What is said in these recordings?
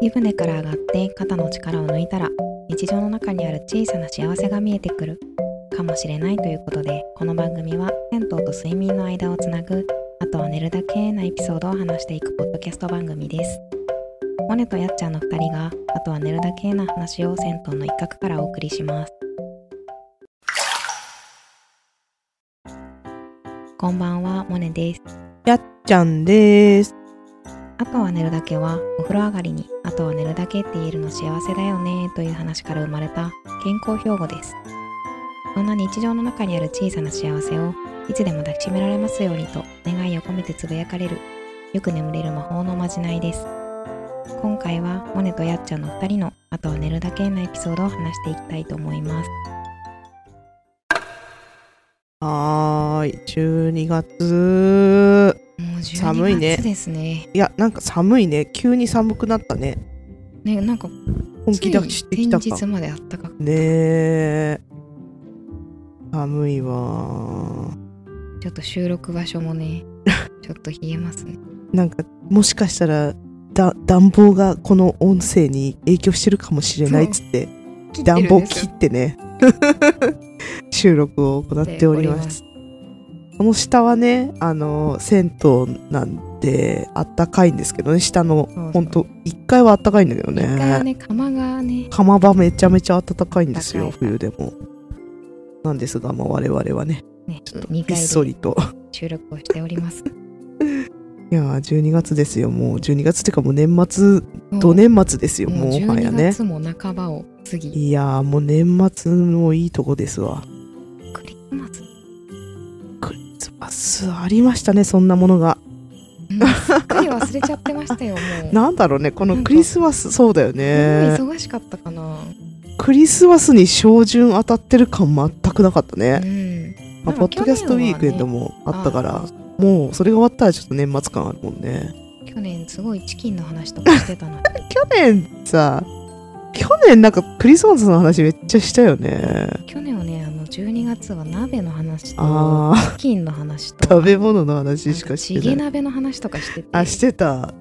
湯船から上がって肩の力を抜いたら日常の中にある小さな幸せが見えてくるかもしれないということでこの番組は銭湯と睡眠の間をつなぐあとは寝るだけなエピソードを話していくポッドキャスト番組ですモネとやっちゃんの2人があとは寝るだけな話を銭湯の一角からお送りしますこんばんはモネですやっちゃんです。あとは寝るだけはお風呂上がりにあとは寝るだけって言えるの幸せだよねという話から生まれた健康標語ですそんな日常の中にある小さな幸せをいつでも抱きしめられますようにと願いを込めてつぶやかれるよく眠れる魔法のおまじないです今回はモネとやっちゃんの2人のあとは寝るだけのエピソードを話していきたいと思いますはーい、12月。もう12寒いね月ですねいや、なんか寒いね。急に寒くなったね。ねなんか本気出してきたつい先日か。まであったかくねえ。寒いわー。ちょっと収録場所も ねちょっと冷えますねなんか、もしかしたら、だ暖房がこの音声に影響してるかもしれないっつって、暖房切って ね、収録を行っております。この下はね、あの、銭湯なんで、あったかいんですけどね、下のそうそう、ほんと、1階はあったかいんだけど一回はね。ね釜がね釜場めちゃめちゃ暖かいんですよ、暖かい冬でも。なんですが、まあ、我々はね、ねちょっと、 2ひっ回そでりと。収録をしておりますいやー、12月ですよ、もう。12月っていうか、もう年末、もうど年末ですよ、ももうう、はや12ね。月も半ばを過ぎいやー、もう年末もいいとこですわ。クリスマスクリスマスありましたね、そんなものが。うんすっかり忘れちゃってましたよもう なんだろうね、こなのんかクリスマス、そうだよね。もう忙しかったかなクリスマスに照準当たってる感全くなかったねう。んまあポッドキャストウィークエンドももあったから、もうそれが終わったらちょっと年末感あるもんね。去年すごいチキンの話とかしてたの去年さ、去年なんかクリスマスの話めっちゃしたよね。 去年はねあの12月は鍋の話とああ、チキンの話と食べ物の話なんしかかチしゲてない。鍋の話とかしててあ、してた。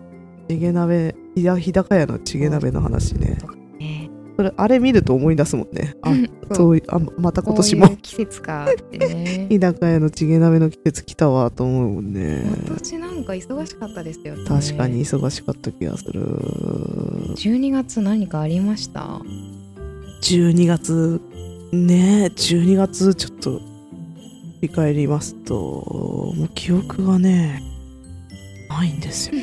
チゲ鍋、ひだ、日高屋のチゲ鍋の話ね。とかねそれ、あれ見ると思い出すもんね。あう、んそういう、あ、また今こ年ういも。う季節かって ね日高屋のチゲ鍋の季節来たわと思うもんね。今年なんか忙しかったですよね確かに忙しかった気がする12月何かありました12月ねえ12月ちょっと振り返りますともう記憶がねないんですよ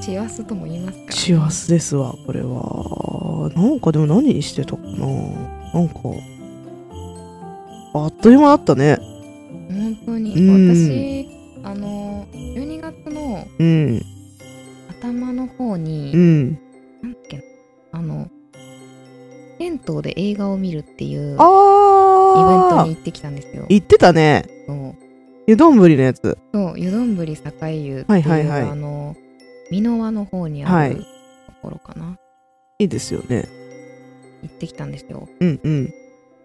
幸せとも言いますか幸せですわこれはなんかでも何してたかななんかあっという間だったね本当にうん私あの12月のうん頭の方うに、んなんだっけなあの銭湯で映画を見るっていうイベンあトあに行ってきたんですよ言ってたねそう湯丼ぶりのやつそう湯丼ぶり栄湯っていう、はいはいはいあの箕輪の方にあるはところかな、いいですよね行ってきたんですようんうん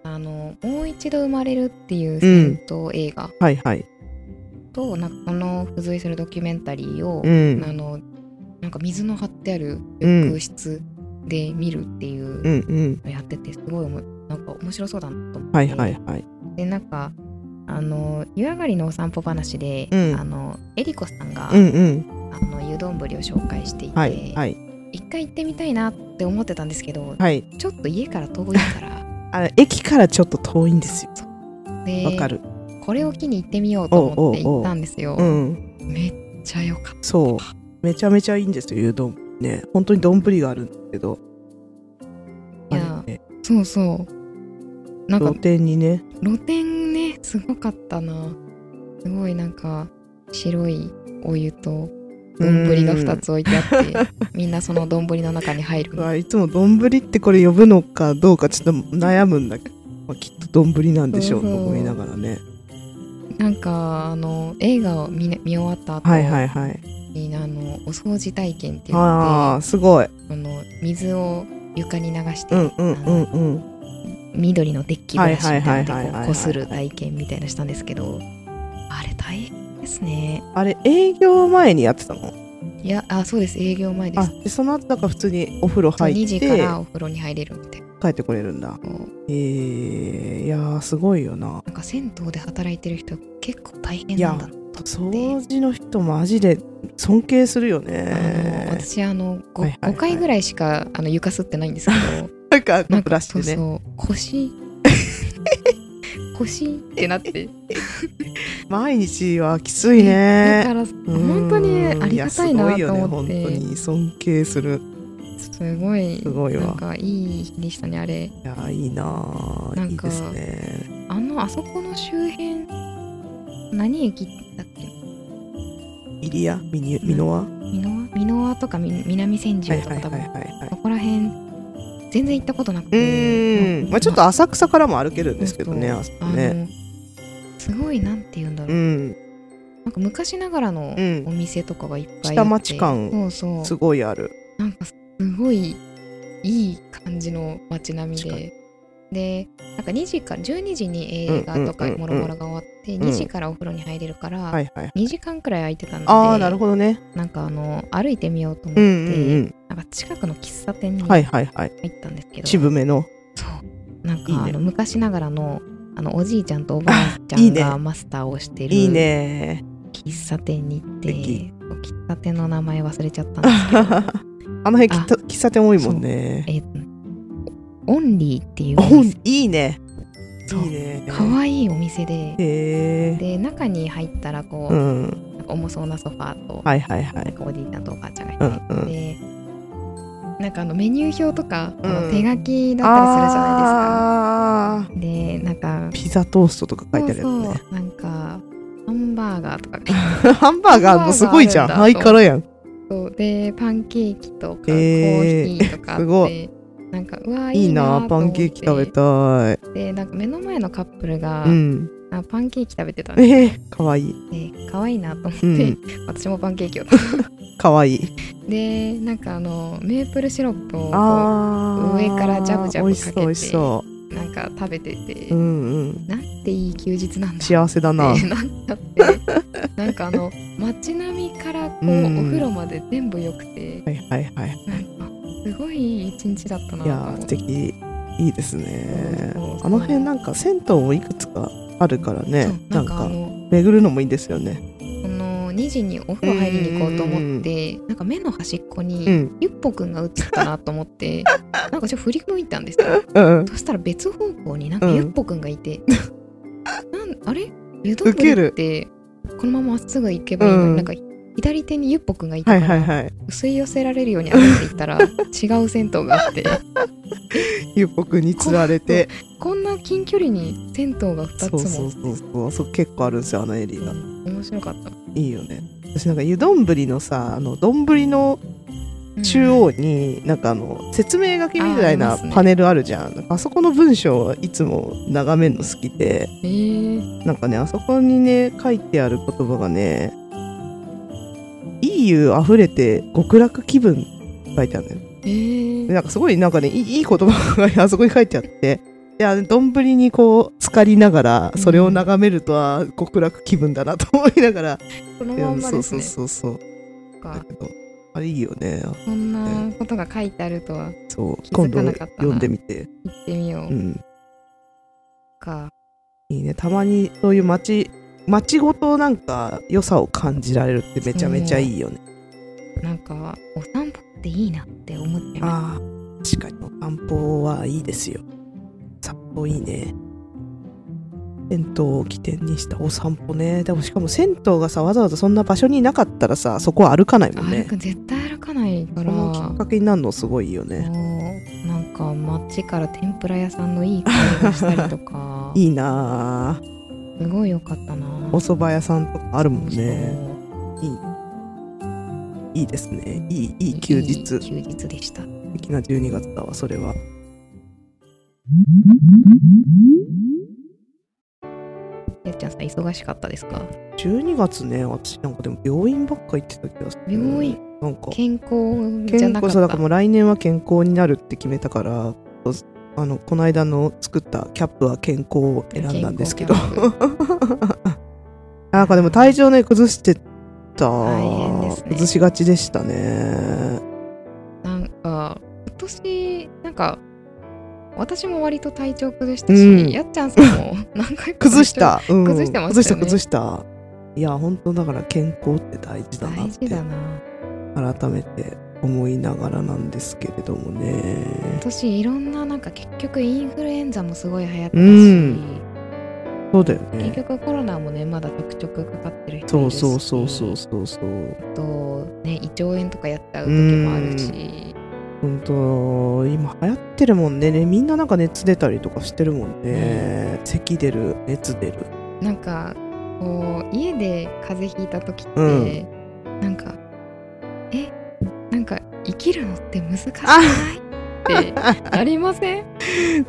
あのもう一度生まれるっていう銭湯映画はいはいと、なんかこの付随するドキュメンタリーを、うんあのなんか水の張ってあるうん浴室で見るっていううんうんのやっててすごいおもなんか面白そうだなと思って、はいはいはいでなんかあの湯上がりのお散歩話で、うんあのえりこさんが、うんうんあの湯丼ぶりを紹介していて、はいはい一回行ってみたいなって思ってたんですけど、はいちょっと家から遠い からあれ駅からちょっと遠いんですよでわかるこれを機に行ってみようと思って行ったんですよ。うんめっちゃ良かっそうめちゃめちゃいいんですよ湯丼ね本当に丼があるんですけどいあやれねた。そうそう。なんか露店にね露店ねすごかったなすごいなんか白いお湯と丼が2つ置いてあって みんなその丼の中に入るうわいつも丼ってこれ呼ぶのかどうかちょっと悩むんだけど、まあ、きっと丼なんでしょうそうとそう思いながらねなんかあの映画を見,、ね、見終わった後に、はいはいはいあのお掃除体験って言っああすごいてあの水を床に流して、うんうんうんうん緑のデッキブラシみたいなはいはいはいはいはいのはでいこする体験みたいなしたんですけどあれ大変ですねあれ営業前にやってたのいやあそうです営業前であすでその後だから普通にお風呂入2っ時てからお風呂に入れるみたいな帰ってこれるんだこえー、いやーすごいよなうなんか銭湯で働いてる人結構大変なんだなと思掃って除の人マジで尊敬するよあのね私あの 5,、はいはいはい5回ぐらいしかあの床すってないんですけ どなんかなのんブかラシそうでねそう 腰腰ってなって毎日はきついだねから本当にありがたいなと思っうんやすごいよねて本当に尊敬するすごいすごいなんわかいい日でしたねあれいやーいいなーなんかいいですねあのあそこの周辺何駅だっけイリアミニミノワ箕輪箕輪とかみ南千はい住とはかい多はい分、はいはいそこら辺全然行ったことなくうてーん、まあ、ちょっと浅草からも歩けるんですけどね、そうあそこあね。のすごいなんて言うんだろう、うん、なんか昔ながらのうんお店とかがいっぱいあって、下町感そうそすうごいある。なんかすごいいい感じの街並み確かででなんか2時から12時に映画とかうんうんもうんろうんもろが終わって、ん2時からお風呂に入れるから、はいはい。 2時間くらい空いてたのでああ、なるほどね。なんかあの歩いてみようと思っうて、んうんなんか近くの喫茶店にうん。は入いはいはい。ったんですけど、渋めの。そうなんかいいねあの昔ながらのあのおじいちゃんとおばあちゃあいいんねがマスターをしてるいいね。喫茶店に行って、素敵喫茶店の名前忘れちゃったんです けどあの辺きっと喫茶店多いもんね。えっとオンリーっていうおお店いいね。いそういね。かわいいお店でへえ。で中に入ったらこう、うん。なんか重そうなソファーと、はいはいはなんい。かおじいちゃんとおばあちゃんがいてう、んうん。でなんかあのメニュー表とか、あうのん手書きだったりするじゃああ。ないですか。でなんかピザトーストとか書いてあるやつそうね。そうなんかハンバーガーとかが ハンバーガーもすごいじゃん。ハハンイバーガカーラやん。そうでパンケーキとか、えーコーヒーとかあってすごなんかうわいいいいなな、パンケーキ食べいたい。でなんか目の前のカップルが、うん。あパンケーキ食べてたんでええ、かわいい。可愛いなと思って、うん。私もパンケー キをかわいい。でなんかあのメープルシロップをこああ。上からジャブジャブかけて美味しそう、うなんか食べてて、美味しそう。うんうん。なんていい休日なんだ幸せだなっ。て なっちゃってなんかあの街並みからこう、うんお風呂まで全部良くてはいはいはい。なんかすごいいい一日だったないとや思っー、素て敵。いいですねそうそう。そうあの辺なんか銭湯もいくつかあるからねそう。ななんんかあかの巡るのもいいですよね。この2時にお風呂入りに行こうと思ってなんか目の端っこうにん。ゆっぽくんが映ったなと思って なんかちょっと振り向いたんですようん。そしたら別方向になんかうんゆっぽくんがいて、 なんあれ湯ウケるるってこのまままっすぐ行けばいいのに、うんなんか左手にゆっぽくんがいはたいから、はいはい。吸い寄せられるように歩いていったら違う銭湯があってゆっぽくんに釣られて。こんな近距離に銭湯が2つそもうそうそうそう。そう結構あるんですよ、あのエリア。うん面白かった、いいよね。私なんか湯丼のさ、あの丼のうん中央になんかあの説明書きみたいあーありまなすねパネルあるじゃん、なんかあそこの文章はいつも眺めるの好きでえーなんかねあそこにね書いてある言葉がね「いい湯あふれて極楽気分」って書いてあるのよえーでなんかすごいなんかねいいいい言葉があそこに書いてあって。であの丼にこう浸かりながらそれを眺めるとは極楽気分だなと思いながら、このいやまんまそうですそうねそうそうそっだかけどあれいいよねこんなことが書いてあるとはそう気づ今か度なかったな読んでみて言ってみよう、うんかいいねたまにそういう街街ごとなんか良さを感じられるってめちゃめちゃいいよね、なんかお散歩っていいなって思ってまああ確かにお散歩はいいですよ散歩いいね銭湯を起点にしたお散歩ねでもしかも銭湯がさわざわざそんな場所になかったらさそこは歩かないもん歩ねく絶対歩かないかこらのきっかけになるのすごいよねもうなんか街から天ぷら屋さんのいい香りがしたりとか いいなあすごい良かったなお蕎麦屋さんとかあるもんねそういいですねいいいいい休い日休日でした素敵な12月だわそれはやっちゃんさん忙しかったですか12月ね私なんかでも病院ばっか行ってた気がする病院なんか健康じゃ健なか康っそたうだからもう来年は健康になるって決めたからそうあのこの間の作ったキャップは健康を選んだんですけど健康キャッなんかでも体調ね崩してた。大変ですね崩しがちでしたね。なんか今年なんか私も割と体調崩したし、うんやっちゃんさんも何回か崩した。うん崩してま崩ししたた、よね崩した。いや、本当だから健康って大事だな大っ事だてな改めて思いながらなんですけれどもね。私いろんななんか結局インフルエンザもすごい流行ったし、うんそうだよ結ね。局コロナもねまだちょくちょくかかってる人いそるうしそうそうそうそうそう。あとね胃腸炎とかやっちゃう時もあるし、本当今流行ってるもんねねみんななんか熱出たりとかしてるもんね、咳出る熱出るなんかこう家で風邪ひいた時って、うんなんかえなんか生きるのって難しくないってなりま せん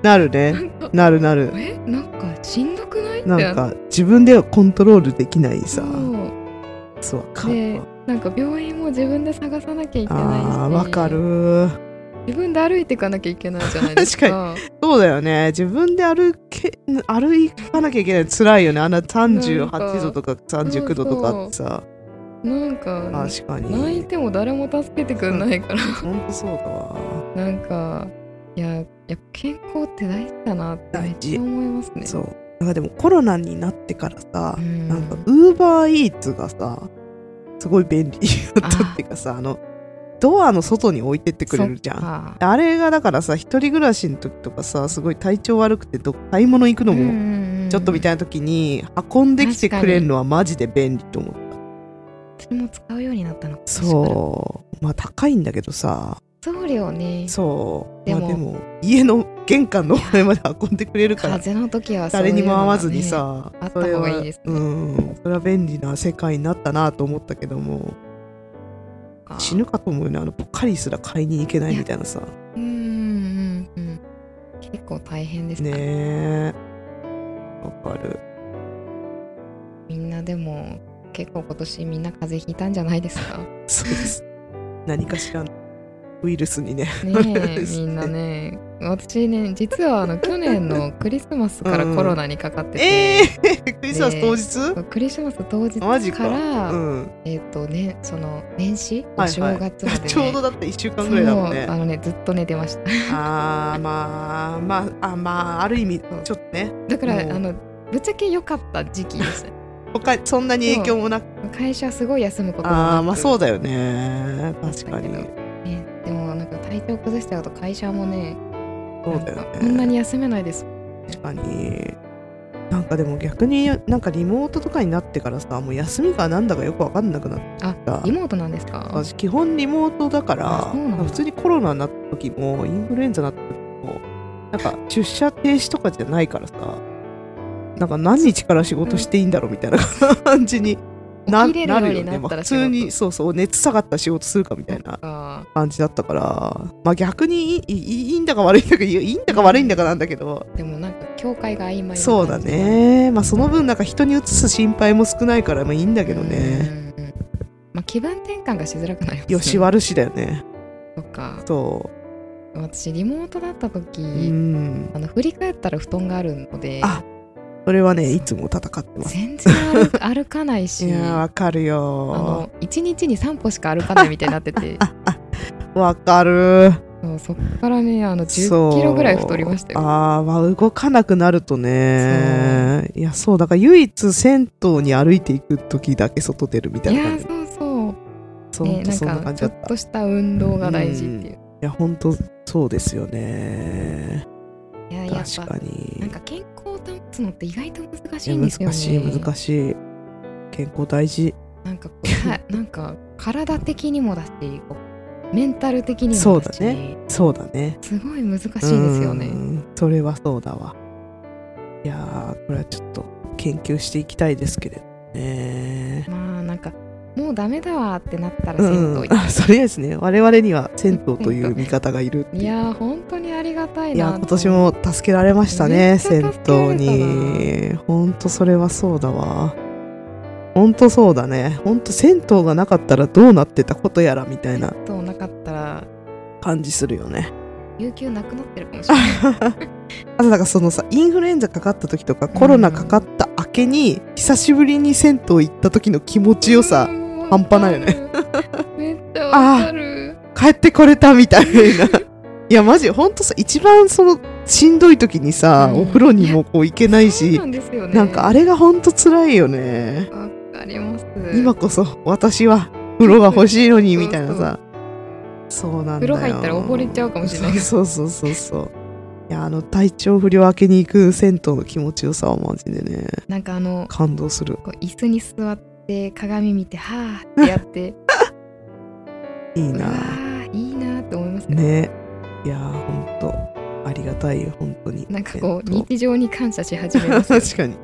なるなねんかなるなるえなんかしんどくないってなんか自分ではコントロールできないそさうそうわかでるなんか病院も自分で探さなきゃいけないしあーわかる自分で歩いていかなきゃいけないじゃないですかそうだよね自分で歩け歩かなきゃいけない辛いよねあんな38度とか39度とかあってさなんか確かに泣いても誰も助けてくんないから ほんとそうだわなんかいややっぱ健康って大事だなってめっ大ち事ゃ思いますね。そうなんかでもコロナになってからさ、うんなんかウーバーイーツがさすごい便利だったっていうかさあのドアの外に置いてってくれるじゃんああれがだからさ一人暮らしの時とかさすごい体調悪くてど買い物行くのもちょっとみたいいな時に運んできてくれるのはマジで便利と思う私も使うようになったのうそうまあ高いんだけどさ送料ねそうでもまあ、でも家の玄関の前まで運んでくれるから風邪の時はそうい誰うにのがねも会わずにさ、あった方がいいですねそれはうん、それは便利な世界になったなと思ったけども、か死ぬかと思うよね、あのポカリすら買いに行けないみたいなさ、うんうんうんうん結構大変ですねねえ、わかる。みんなでも結構今年みんな風邪ひいたんじゃないですかそうです。何かしらのウイルスにね。ねそうえですねみんなね私ね実はあの去年のクリスマスからコロナにかかって て、えー、クリスマス当日、クリスマス当日マジか、からうん、えっ、とねその年始、はいはいお正月まで、ね、 ちょうどだって1週間ぐらいだもんねそうあ。のねずっと寝てました あーまあまああまあある意味ちょっとねだからもうあのぶっちゃけ良かった時期でした他そんなに影響もなく会社すごい休むこともなくああまあそうだよね確かだけにどねでもなんか体調崩しちゃうと会社もねそうだよなんかねこんなに休めないです確かになんかでも逆になんかリモートとかになってからさもう休みがなんだかよく分かんなくなったリモートなんですか私基本リモートだからあそうなんだ普通にコロナになった時もインフルエンザになった時もなんか出社停止とかじゃないからさなんか何日から仕事していいんだろうみたいな 感じにな起きれるよなうるよになね、っまたあら普仕事通にそうそう熱下がったら仕事するかみたいなあ感じだったからまあ逆にいいいいいいんだか悪いんだかいやいいんだか悪いんだかなんだけど、でもなんか境界が曖昧な感じそうだね、まあ、その分なんか人に移す心配も少ないからまあいいんだけどね、うんうんまあ気分転換がしづらくなりますよし悪しだよねとかそ私リモートだった時、う、うん、あの振り返ったら布団があるのであそれはねいつも戦ってます全然歩歩かないいしやーわかるあよの1日に3歩しか歩かないみたいになっててわかるそうそっからねあのそ10うキロぐらい太りましたよ。あーまあ動かなくなるとねいやそうだから唯一銭湯に歩いていく時だけ外出るみたいいやなー感じそうそう、そ,、ね、そんななんか感じちだょっったとした運動が大事っていう。いや本当そうですよねいややっ確ぱかになんか健康を保つのって意外と難しいいやんですよね。難しい難しい健康大事なんかこう はいなんか体的にもだしこうメンタル的にもだしそうだねそうだねすごい難しいですようね。んそれはそうだわいやーこれはちょっと研究していきたいですけれどねまあなんかもうダメだわってなったらう銭湯ん行っ、あそれですね我々には銭湯という味方がいるっていういやー本当にありがたいいなやと今年も助けられましためねっちゃ助銭けら湯れたなにほんとそれはそうだわほんとそうだねほんと銭湯がなかったらどうなってたことやらみたいなとなかったら感じするよね有給なくなってるかもしれ ない。あとなんかそのさインフルエンザかかった時とかコロナかかった明けに久しぶりに銭湯行った時の気持ちよさうん半端ないよね。 めっちゃわかる。帰ってこれたみたい な。いやマジほんとさ一番そのしんどい時にさ、うんお風呂にもこう行けないそうしなんですよね。なんかあれがほんと辛いよね。わかります。今こそ私は風呂が欲しいのにみたいなさそうなん風だよ呂入ったら溺れちゃうかもしれな いけど。そうそうそうそういやあの体調不良明けに行く銭湯の気持ちよさはマジでねなんかあの感動するこう椅子に座って鏡見てはあってやって、いいうわなあいいなって思いますね。ねいやーほんとありがたいよ本当になんかこう銭湯日常に感謝し始めますよ。 確かに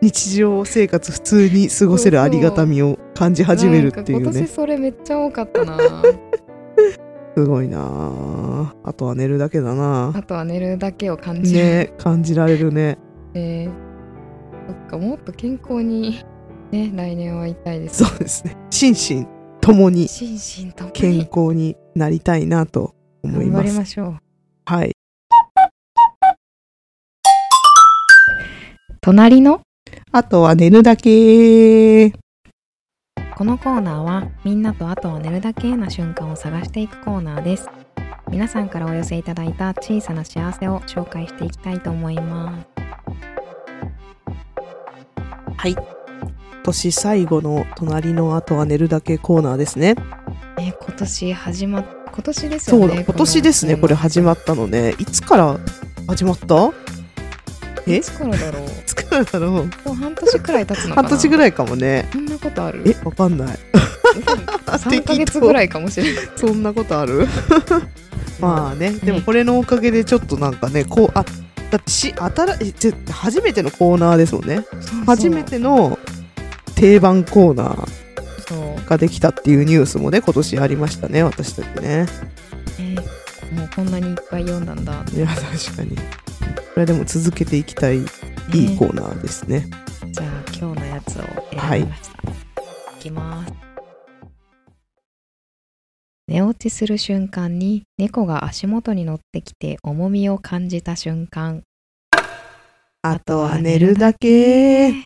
日常生活普通に過ごせるありがたみを感じ始めるっていなうんか今ね年それめっちゃ多かった な。すごいなーあとは寝るだけだなあとは寝るだけを感じる。ね感じられるねえーそっかもっと健康にね来年はいたいです。そうですね心身ともに心身とも健に康になりたいなと思い頑張まりすましょう。はい隣のあとは寝るだけこのコーナーはみんなとあとは寝るだけな瞬間を探していくコーナーです皆さんからお寄せいただいた小さな幸せを紹介していきたいと思います今年最後の隣のあとは寝るだけコーナーですねえ今年始まっ今年ですよね。そうだ今年ですねこれ始まったのねいつから始まったええいつからだろう。もいつからだろうう半年くらい経つのか半な。年ぐい。らいかもねそんなことある。えわかん ない三ヶ月ぐらいかもしれない。そんなことある まあねでもこれのおかげでちょっとなんかねこうあだってし新えちょ初めてのコーナーですもんね初めての定番コーナーそう。そうができたっていうニュースもね今年ありましたね私たちねえーもうこんなにいっぱい読んだんだ。いや確かにこれでも続けていきたいいいコーナーですね、じゃあ今日のやつをは選いびました、い、きます寝落ちする瞬間に猫が足元に乗ってきて重みを感じた瞬間あとは寝るだけい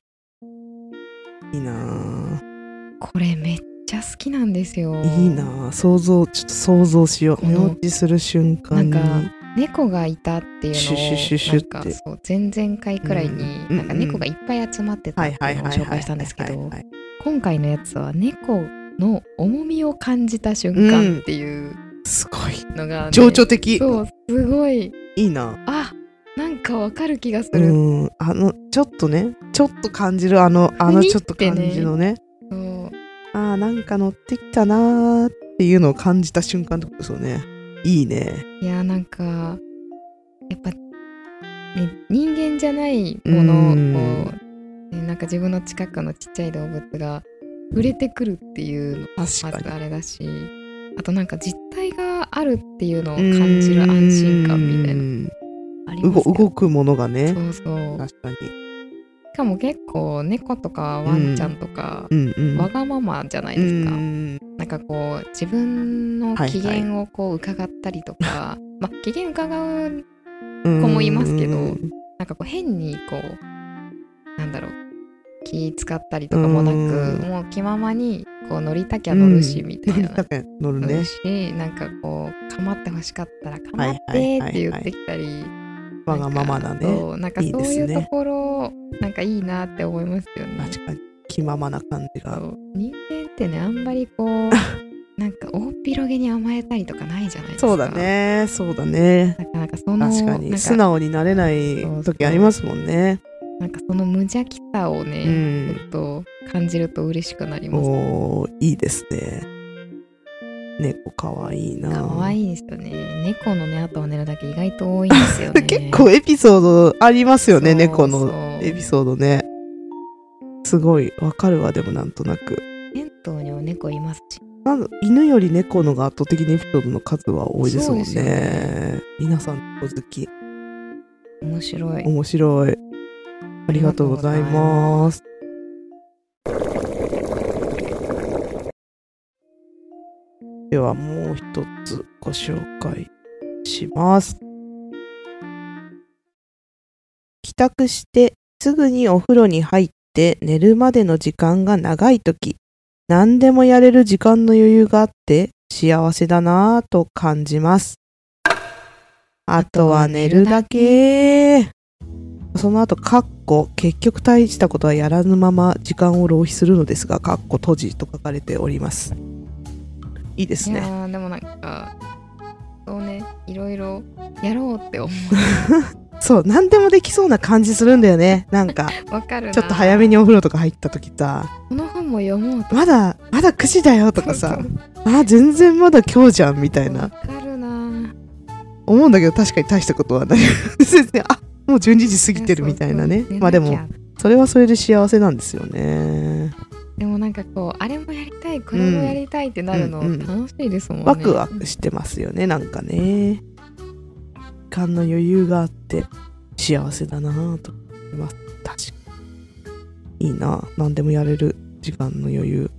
いなぁこれめっちゃ好きなんですよいいなぁ想像ちょっと想像しようこの寝落ちする瞬間になん猫がいたっていうのをシュシュシュシュってなんかそう前々回くらいに、うんなんか猫がいっぱい集まってたはっいてはいいうのをはい紹はい介したんですけはいはいどはい今回のやつは猫の重みを感じた瞬間っていうすごいのがね、情緒的そうすごい。いいなあなんかわかる気がすうる。んあのちょっとねちょっと感じるあのあのちょっと感じのねそうあーなんか乗ってきたなーっていうのを感じた瞬間ってことですよねいいねいやなんかやっぱ、ね、人間じゃないものを、うんねなんか自分の近くのちっちゃい動物が触れてくるっていうのも確まかにずあれだしあとなんか実体があるっていうのを感じる安心感みたいなありうまんすよ動動くものがそねうそう確かにしかも結構猫とかワンちゃんとか、うんうんわがままじゃないですか、なんかこう自分の機嫌をこう伺ったりとか、 まあ機嫌伺ううん子もいますけどうんなんかこう変にこうなんだろう気使ったりとかもなくうもう気ままにこう乗りたきゃ乗るしうんみた乗いりな、たく乗る乗るねし、なんかこう構ってほしかったらは構いっはいはいてはいって言ってきたりわがままなだんかねそうなんかいいそうですいうねところなんかいいなって思いますよね。確かに気ままな感じそがう人間ってねあんまりこう なんか大っ広げに甘えたりとかないじゃないですか。そうだねそうだねなかなかその確かなにん素か直になれない時ありますもんねなんかその無邪気さをね、うんちょっと感じると嬉しくなります。おーいいですね猫かわいいな可愛いですよね。猫のね、あとは寝るだけ意外と多いんですよね。 結構エピソードありますよねそう猫そのうエピソードねすごいわかるわでもなんとなく銭湯にも猫いますしなんだ犬より猫のが圧倒的にエピソードの数は多いですもんねそうですよね皆さん猫好き面白い面白いありがとうございますではもう一つご紹介します帰宅してすぐにお風呂に入って寝るまでの時間が長い時何でもやれる時間の余裕があって幸せだなぁと感じます。あとは寝るだけ。その後、かっこ、結局大したことはやらぬまま時間を浪費するのですが、かっこ閉じと書かれております。いいですね。でもなんか、そうね、いろいろやろうって思う。 そう、何でもできそうな感じするんだよね。 なんか、わかるちょっと早めにお風呂とか入った時さ、この本も読もうまだ、まだ9時だよとかさ、あ、全然まだ今日じゃんみたいな。わかるな思うんだけど確かに大したことはない あもう12時過ぎてるみたいなねまあでもそれはそれで幸せなんですよねでもなんかこうあれもやりたいこれもやりたいってなるの楽しいですもんね、うんうん、ワクワクしてますよねなんかね時間の余裕があって幸せだなと思います確かにいいな何でもやれる時間の余裕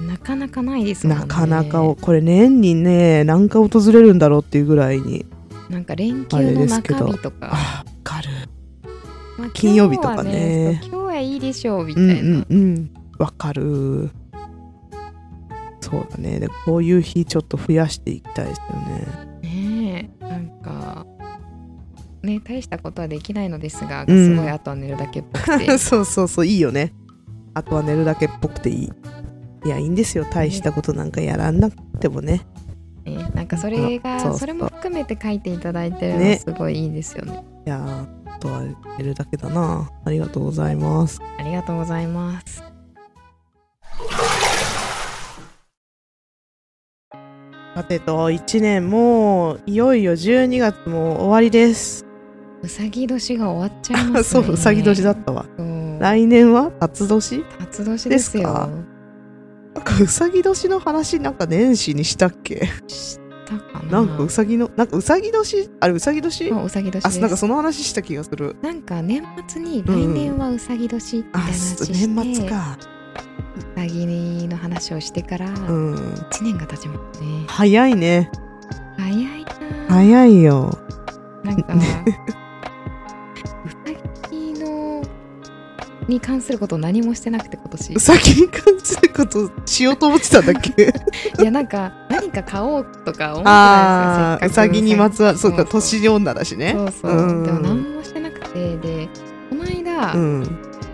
なかなかないですもんねなかなかこれ年にね何回訪れるんだろうっていうぐらいになんか連休の中日とかあかる、まあ、金曜日とかね今日はいいでしょうみたいなうんうんわ、うん、かるそうだねでこういう日ちょっと増やしていきたいですよねねえなんかね大したことはできないのですが、うん、すごいあとは寝るだけっぽ くてそうそうそういいよねあとは寝るだけっぽくていいいやいいんですよ大したことなんかやらなくてもね。ねなんかそれがそれも含めて書いていただいてるのすごいいいですよね。ねいやあとは寝るだけだなありがとうございます。ありがとうございます。 さてと1年もういよいよ12月も終わりです。うさぎ年が終わっちゃいますね。 そううさぎ年だったわ。来年は辰年辰年ですよ。なんかうさぎ年の話なんか年始にしたっけしたかななんかうさぎのなんかうさぎ年あれうさぎ年うさぎ年あなんかその話した気がする、なんか年末に来年はうさぎ年って話して、うん年末かうさぎの話をしてから1年が経ちますね、うん、早いね早いな早いよなんかに関すること何もしてなくて今年うさぎに関することしようと思ってたんだっ けいやなんか何か買おうとか思ってたんですかうさぎにまつわるそうか年女だしね、そうそう、うん、でも何もしてなくてでこの間、うん、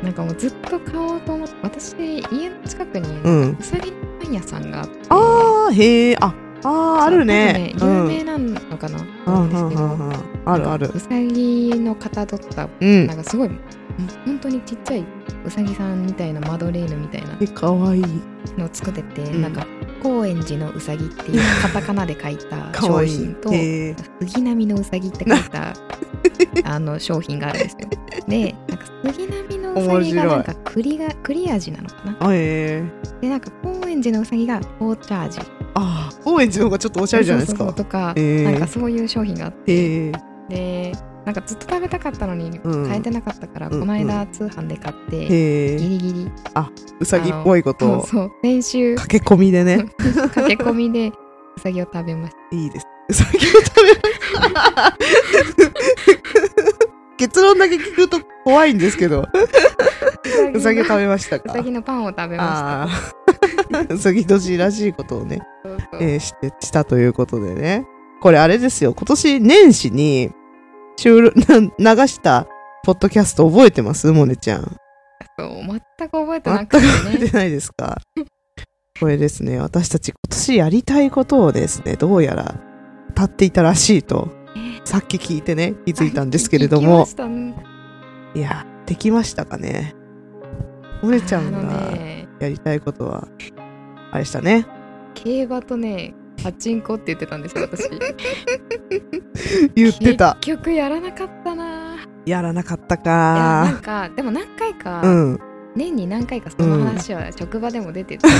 なんかもうずっと買おうと思って私家の近くにうさぎパン屋さんがあって、うんあへえあああるね、ね、有名なのかな、うん、なんですけどあるあるうさぎのかたどった、うん、なんかすごい本当にちっちゃいうさぎさんみたいなマドレーヌみたいなえかわいいのを作ってて、うん、なんか高円寺のうさぎっていうカタカナで書い た商品といい杉並のうさぎって書いたあの商品があるんですよでなんか杉並のうさぎがなんか栗が栗味なのかなえー、でなんか高円寺のうさぎが紅茶味あ高円寺の方がちょっとおしゃれじゃないですかそうとか、えー、なんかそういう商品があって、えー、でなんかずっと食べたかったのに買えてなかったから、うん、この間通販で買って、うんうん、ギリギリあうさぎっぽいことをそう先週駆け込みでね駆け込みでうさぎを食べましたいいです うさぎを食べました 結論だけ聞くと怖いんですけど うさぎを食べましたかうさぎのパンを食べました うさぎ年らしいことをねそえー、してしたということでねこれあれですよ今年年始に収録、流した、ポッドキャスト覚えてますモネちゃん。そう、全く覚えてなくて、ね、全く覚えてないですか。これですね、私たち今年やりたいことをですね、どうやら、立っていたらしいと、えー、さっき聞いてね、気づいたんですけれども。ね、いや、できましたかね。モネちゃんがやりたいことは、あれしたね。競馬とね、パチンコって言ってたんですよ私言ってた結局やらなかったなやらなかったかなんかでも何回か、うん、年に何回かその話は職場でも出てて、うん、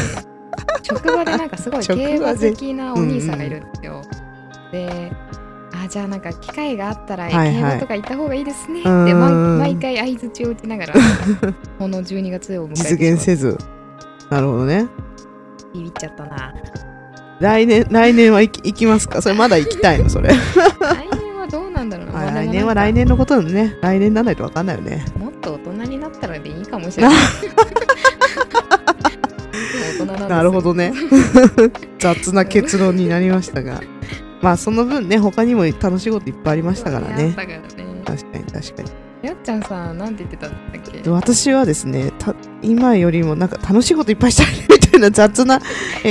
職場でなんかす ごい競馬好きなお兄さんがいるんですよ、うん、であじゃあなんか機会があったら競馬とか行った方がいいですねって、はいはい、毎回相づちを打ちながら この12月を迎えて実現せずなるほどねビビっちゃった な来年来年は行き行きますかそれまだ行きたいのそれ来年はどうなんだろうな、来年は来年のことなのね来年にならないと分かんないよね もっと大人になったらでいいかもしれない大人なるほどね 雑な結論になりましたがまあその分ね他にも楽しいこといっぱいありましたからね、ね、確かに確かにやっちゃんさんなんて言ってたんだっけ私はですね今よりもなんか楽しいこといっぱいしたい みたいな雑な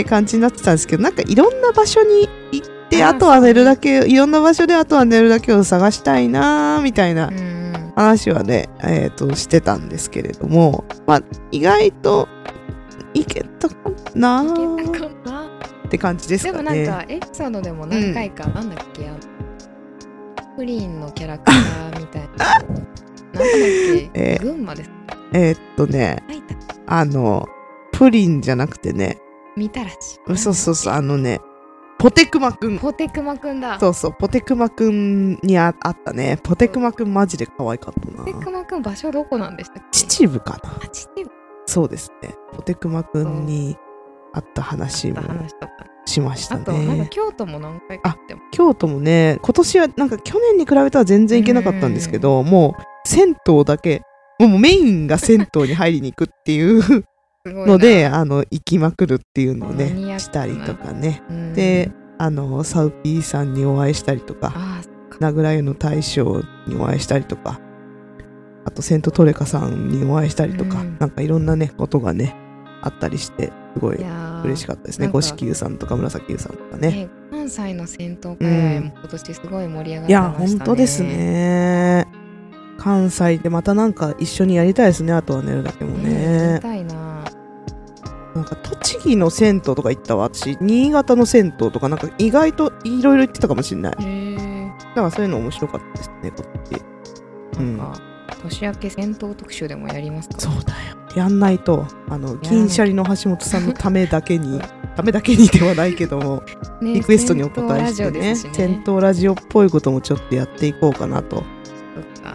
感じになってたんですけどなんかいろんな場所に行ってあとは寝るだけいろんな場所であとは寝るだけを探したいなみたいな話はね、えーと、としてたんですけれども、まあ、意外といけたかなって感じですかね。でもなんかエピソードでも何回か、うん、なんだっけあのプリンのキャラクターみたい な。なんだっけ、えー、群馬ですえー、っとねあのプリンじゃなくてねみたらしそうそうそうあのねポテクマくんポテクマくんだそうそうポテクマくんにあったねポテクマくんマジで可愛かったなポテクマくん場所どこなんでしたっけ秩父かな秩父そうですねポテクマくんにあった話もしましたねあとなんか京都も何回か行京都もね今年はなんか去年に比べたら全然行けなかったんですけどもう銭湯だけもうメインが銭湯に入りに行くっていうのであの行きまくるっていうのをねしたりとかね、であのサウピーさんにお会いしたりとか名倉湯の大将にお会いしたりとかあとセントトレカさんにお会いしたりとか、うん、なんかいろんなねことがねあったりしてすごい嬉しかったですね五色湯さんとか紫湯さんとかね、ね、関西の銭湯会も今年すごい盛り上がってましたね、うん、いや本当ですね関西でまたなんか一緒にやりたいですねあとは寝るだけもね、やりたいななんか栃木の銭湯とか行ったわ私新潟の銭湯とかなんか意外といろいろ行ってたかもしれないだからそういうの面白かったですねこっちなんか、うん、年明け銭湯特集でもやりますかそうだよやんないとあの銀シャリの橋本さんのためだけに ためだけにではないけど も、ね、リクエストにお答えしてね銭湯、ね、ラジオっぽいこともちょっとやっていこうかなと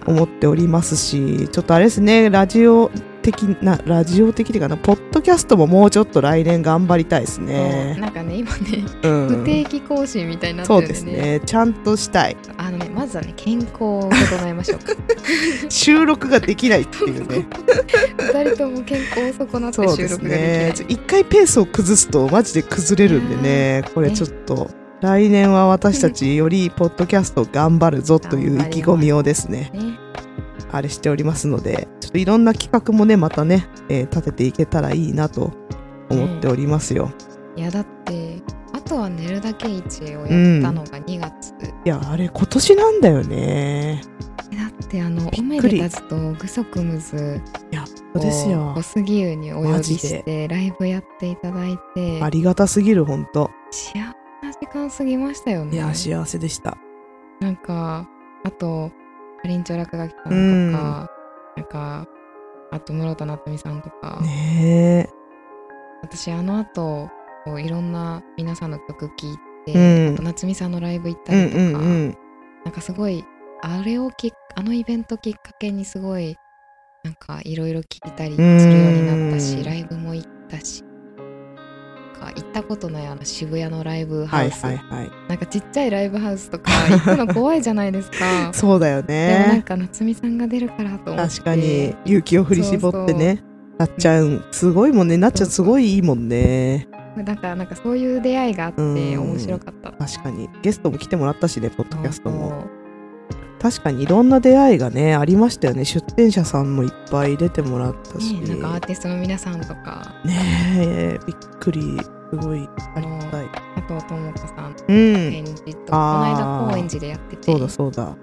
思っておりますしちょっとあれですねラジオ的なラジオ的っていうかなポッドキャストももうちょっと来年頑張りたいですねなんかね今ね、うん、不定期更新みたいになってるんで、ね、そうですねちゃんとしたいあのねまずはね健康を整えましょう か収録ができないっていうね2人とも健康を損なって収録ができない一、ね、回ペースを崩すとマジで崩れるんでねこれちょっと、ね、来年は私たちよりポッドキャスト頑張るぞという意気込みをですねあれしておりますので、ちょっといろんな企画もね、またね、えー、立てていけたらいいなと思っておりますよ。うん、いや、だって、あとは寝るだけ一をやったのが2月。うん、いや、あれ、今年なんだよね。だって、あの、おめでたちとグソクムズ、いや、そうですよ。小杉湯にお呼びして、ライブやっていただいて。ありがたすぎる、ほんと。幸せな時間過ぎましたよね。いや、幸せでした。なんか、あと、かりんちょ落書きさんとか、うん、なんかあと室田夏美さんとかね私あの後こういろんな皆さんの曲聴いて、うん、あと夏美さんのライブ行ったりとか、うんうん、なんかすごいあれをきあのイベントきっかけにすごいなんかいろいろ聴いたりするようになったし、うん、ライブも行ったし行ったことないあの渋谷のライブハウス、はいはいはい、なんかちっちゃいライブハウスとか行くの怖いじゃないですかそうだよねでもなんか夏美さんが出るからと思って確かに勇気を振り絞ってねなっちゃんすごいもんねなっちゃんすごいいいもんねだからなんかそういう出会いがあって面白かった確かにゲストも来てもらったしねポッドキャストも確かにいろんな出会いがねありましたよね出店者さんもいっぱい出てもらったし、ね、なんかアーティストの皆さんとかねえびっくりすごいありがたい佐藤智子さんの展示と、うん、この間高円寺でやっててそうだそうだ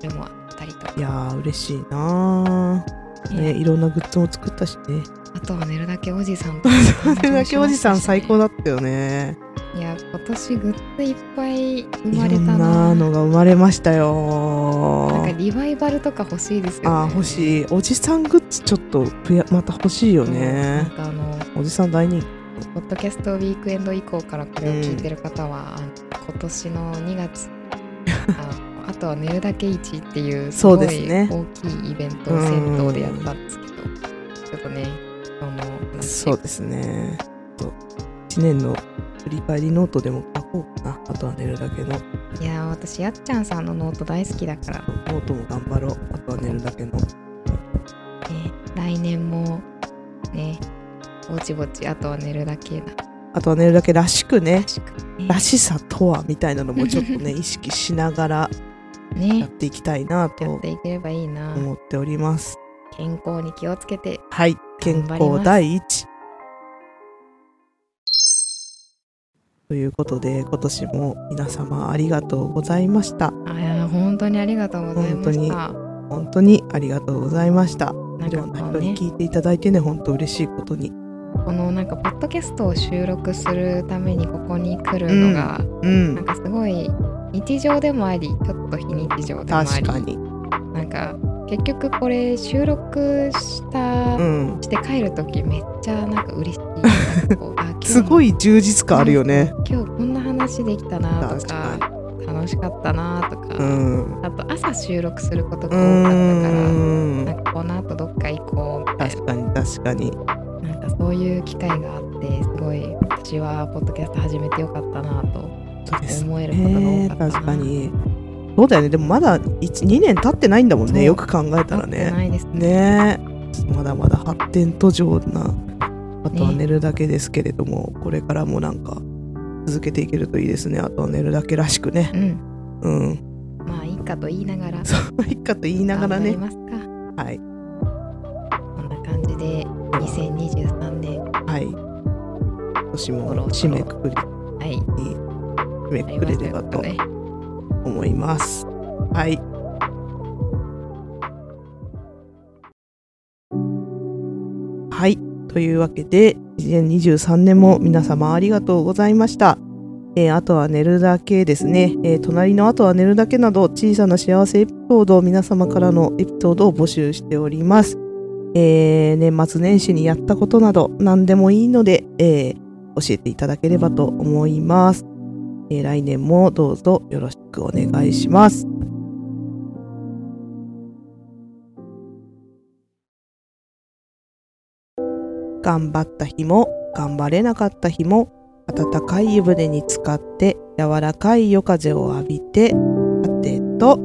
でもあったりとかいや嬉しいなね、ね、いろんなグッズも作ったしねあとは寝るだけおじさん と寝るだけおじさん最高だったよねいや今年グッズいっぱい生まれたなのが生まれましたよなんかリバイバルとか欲しいですよねあ欲しいおじさんグッズちょっとまた欲しいよね、うん、あのおじさん大人気ポッドキャストウィークエンド以降からこれを聞いてる方は、うん、今年の2月あ あとは「寝るだけ市」っていうすごい大きいイベントを銭湯でやったんですけど、うん、ちょっとねそのそうですねと1年の振り返りノートでも書こうかなあとは寝るだけのいや私やっちゃんさんのノート大好きだからノートも頑張ろうあとは寝るだけの、ね、来年もねぼちぼちあとは寝るだけだあとは寝るだけらしくねねらしさとはみたいなのもちょっとね意識しながらやっねていきたいなやっとていければいいな思っております健康に気をつけてはい頑健張ります康第一ということで今年も皆様ありがとうございましたあいや本当にありがとうございました本当にありがとうございましたないんかろんなこ人うねに聞いていただいてね本当嬉しいことにこのなんかポッドキャストを収録するためにここに来るのが、うなんんかすごい日常でもありちょっと非日常でもあ確りかになんか結局これ収録した、うんして帰る時めっちゃなんか嬉しいこう あ今日すごい充実感あるよね今日こんな話できたなとか確楽しかったなとか、うんあと朝収録することが多かったうからーなんんかこの後どっか行こうみたいな確かに確かになんかそういう機会があってすごい私はポッドキャスト始めてよかったなとそうです思えることが多ねかったな、確かにそうだよねでもまだ12年経ってないんだもんそうねよく考えたならってなねいですねねまだまだ発展途上なあとはね寝るだけですけれども、これからもなんか続けていけるといいですねあとは寝るだけらしくねうんうん まあいいかと言いながらそういっかと言いながらね頑張りますはいかこんな感じで2023年はい今年そもろそ締ろめくくりはいに締あめりくまくれしたればよとね思いますはいはい。というわけで、2023年も皆様ありがとうございました。えーあとは寝るだけですね。えー隣のあとは寝るだけなど、小さな幸せエピソードを皆様からのエピソードを募集しております。えー年末年始にやったことなど、何でもいいので、えー教えていただければと思います。えー来年もどうぞよろしくお願いします。頑張った日も頑張れなかった日も暖かい湯船に浸かって柔らかい夜風を浴びてさてと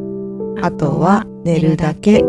あとは寝るだけ。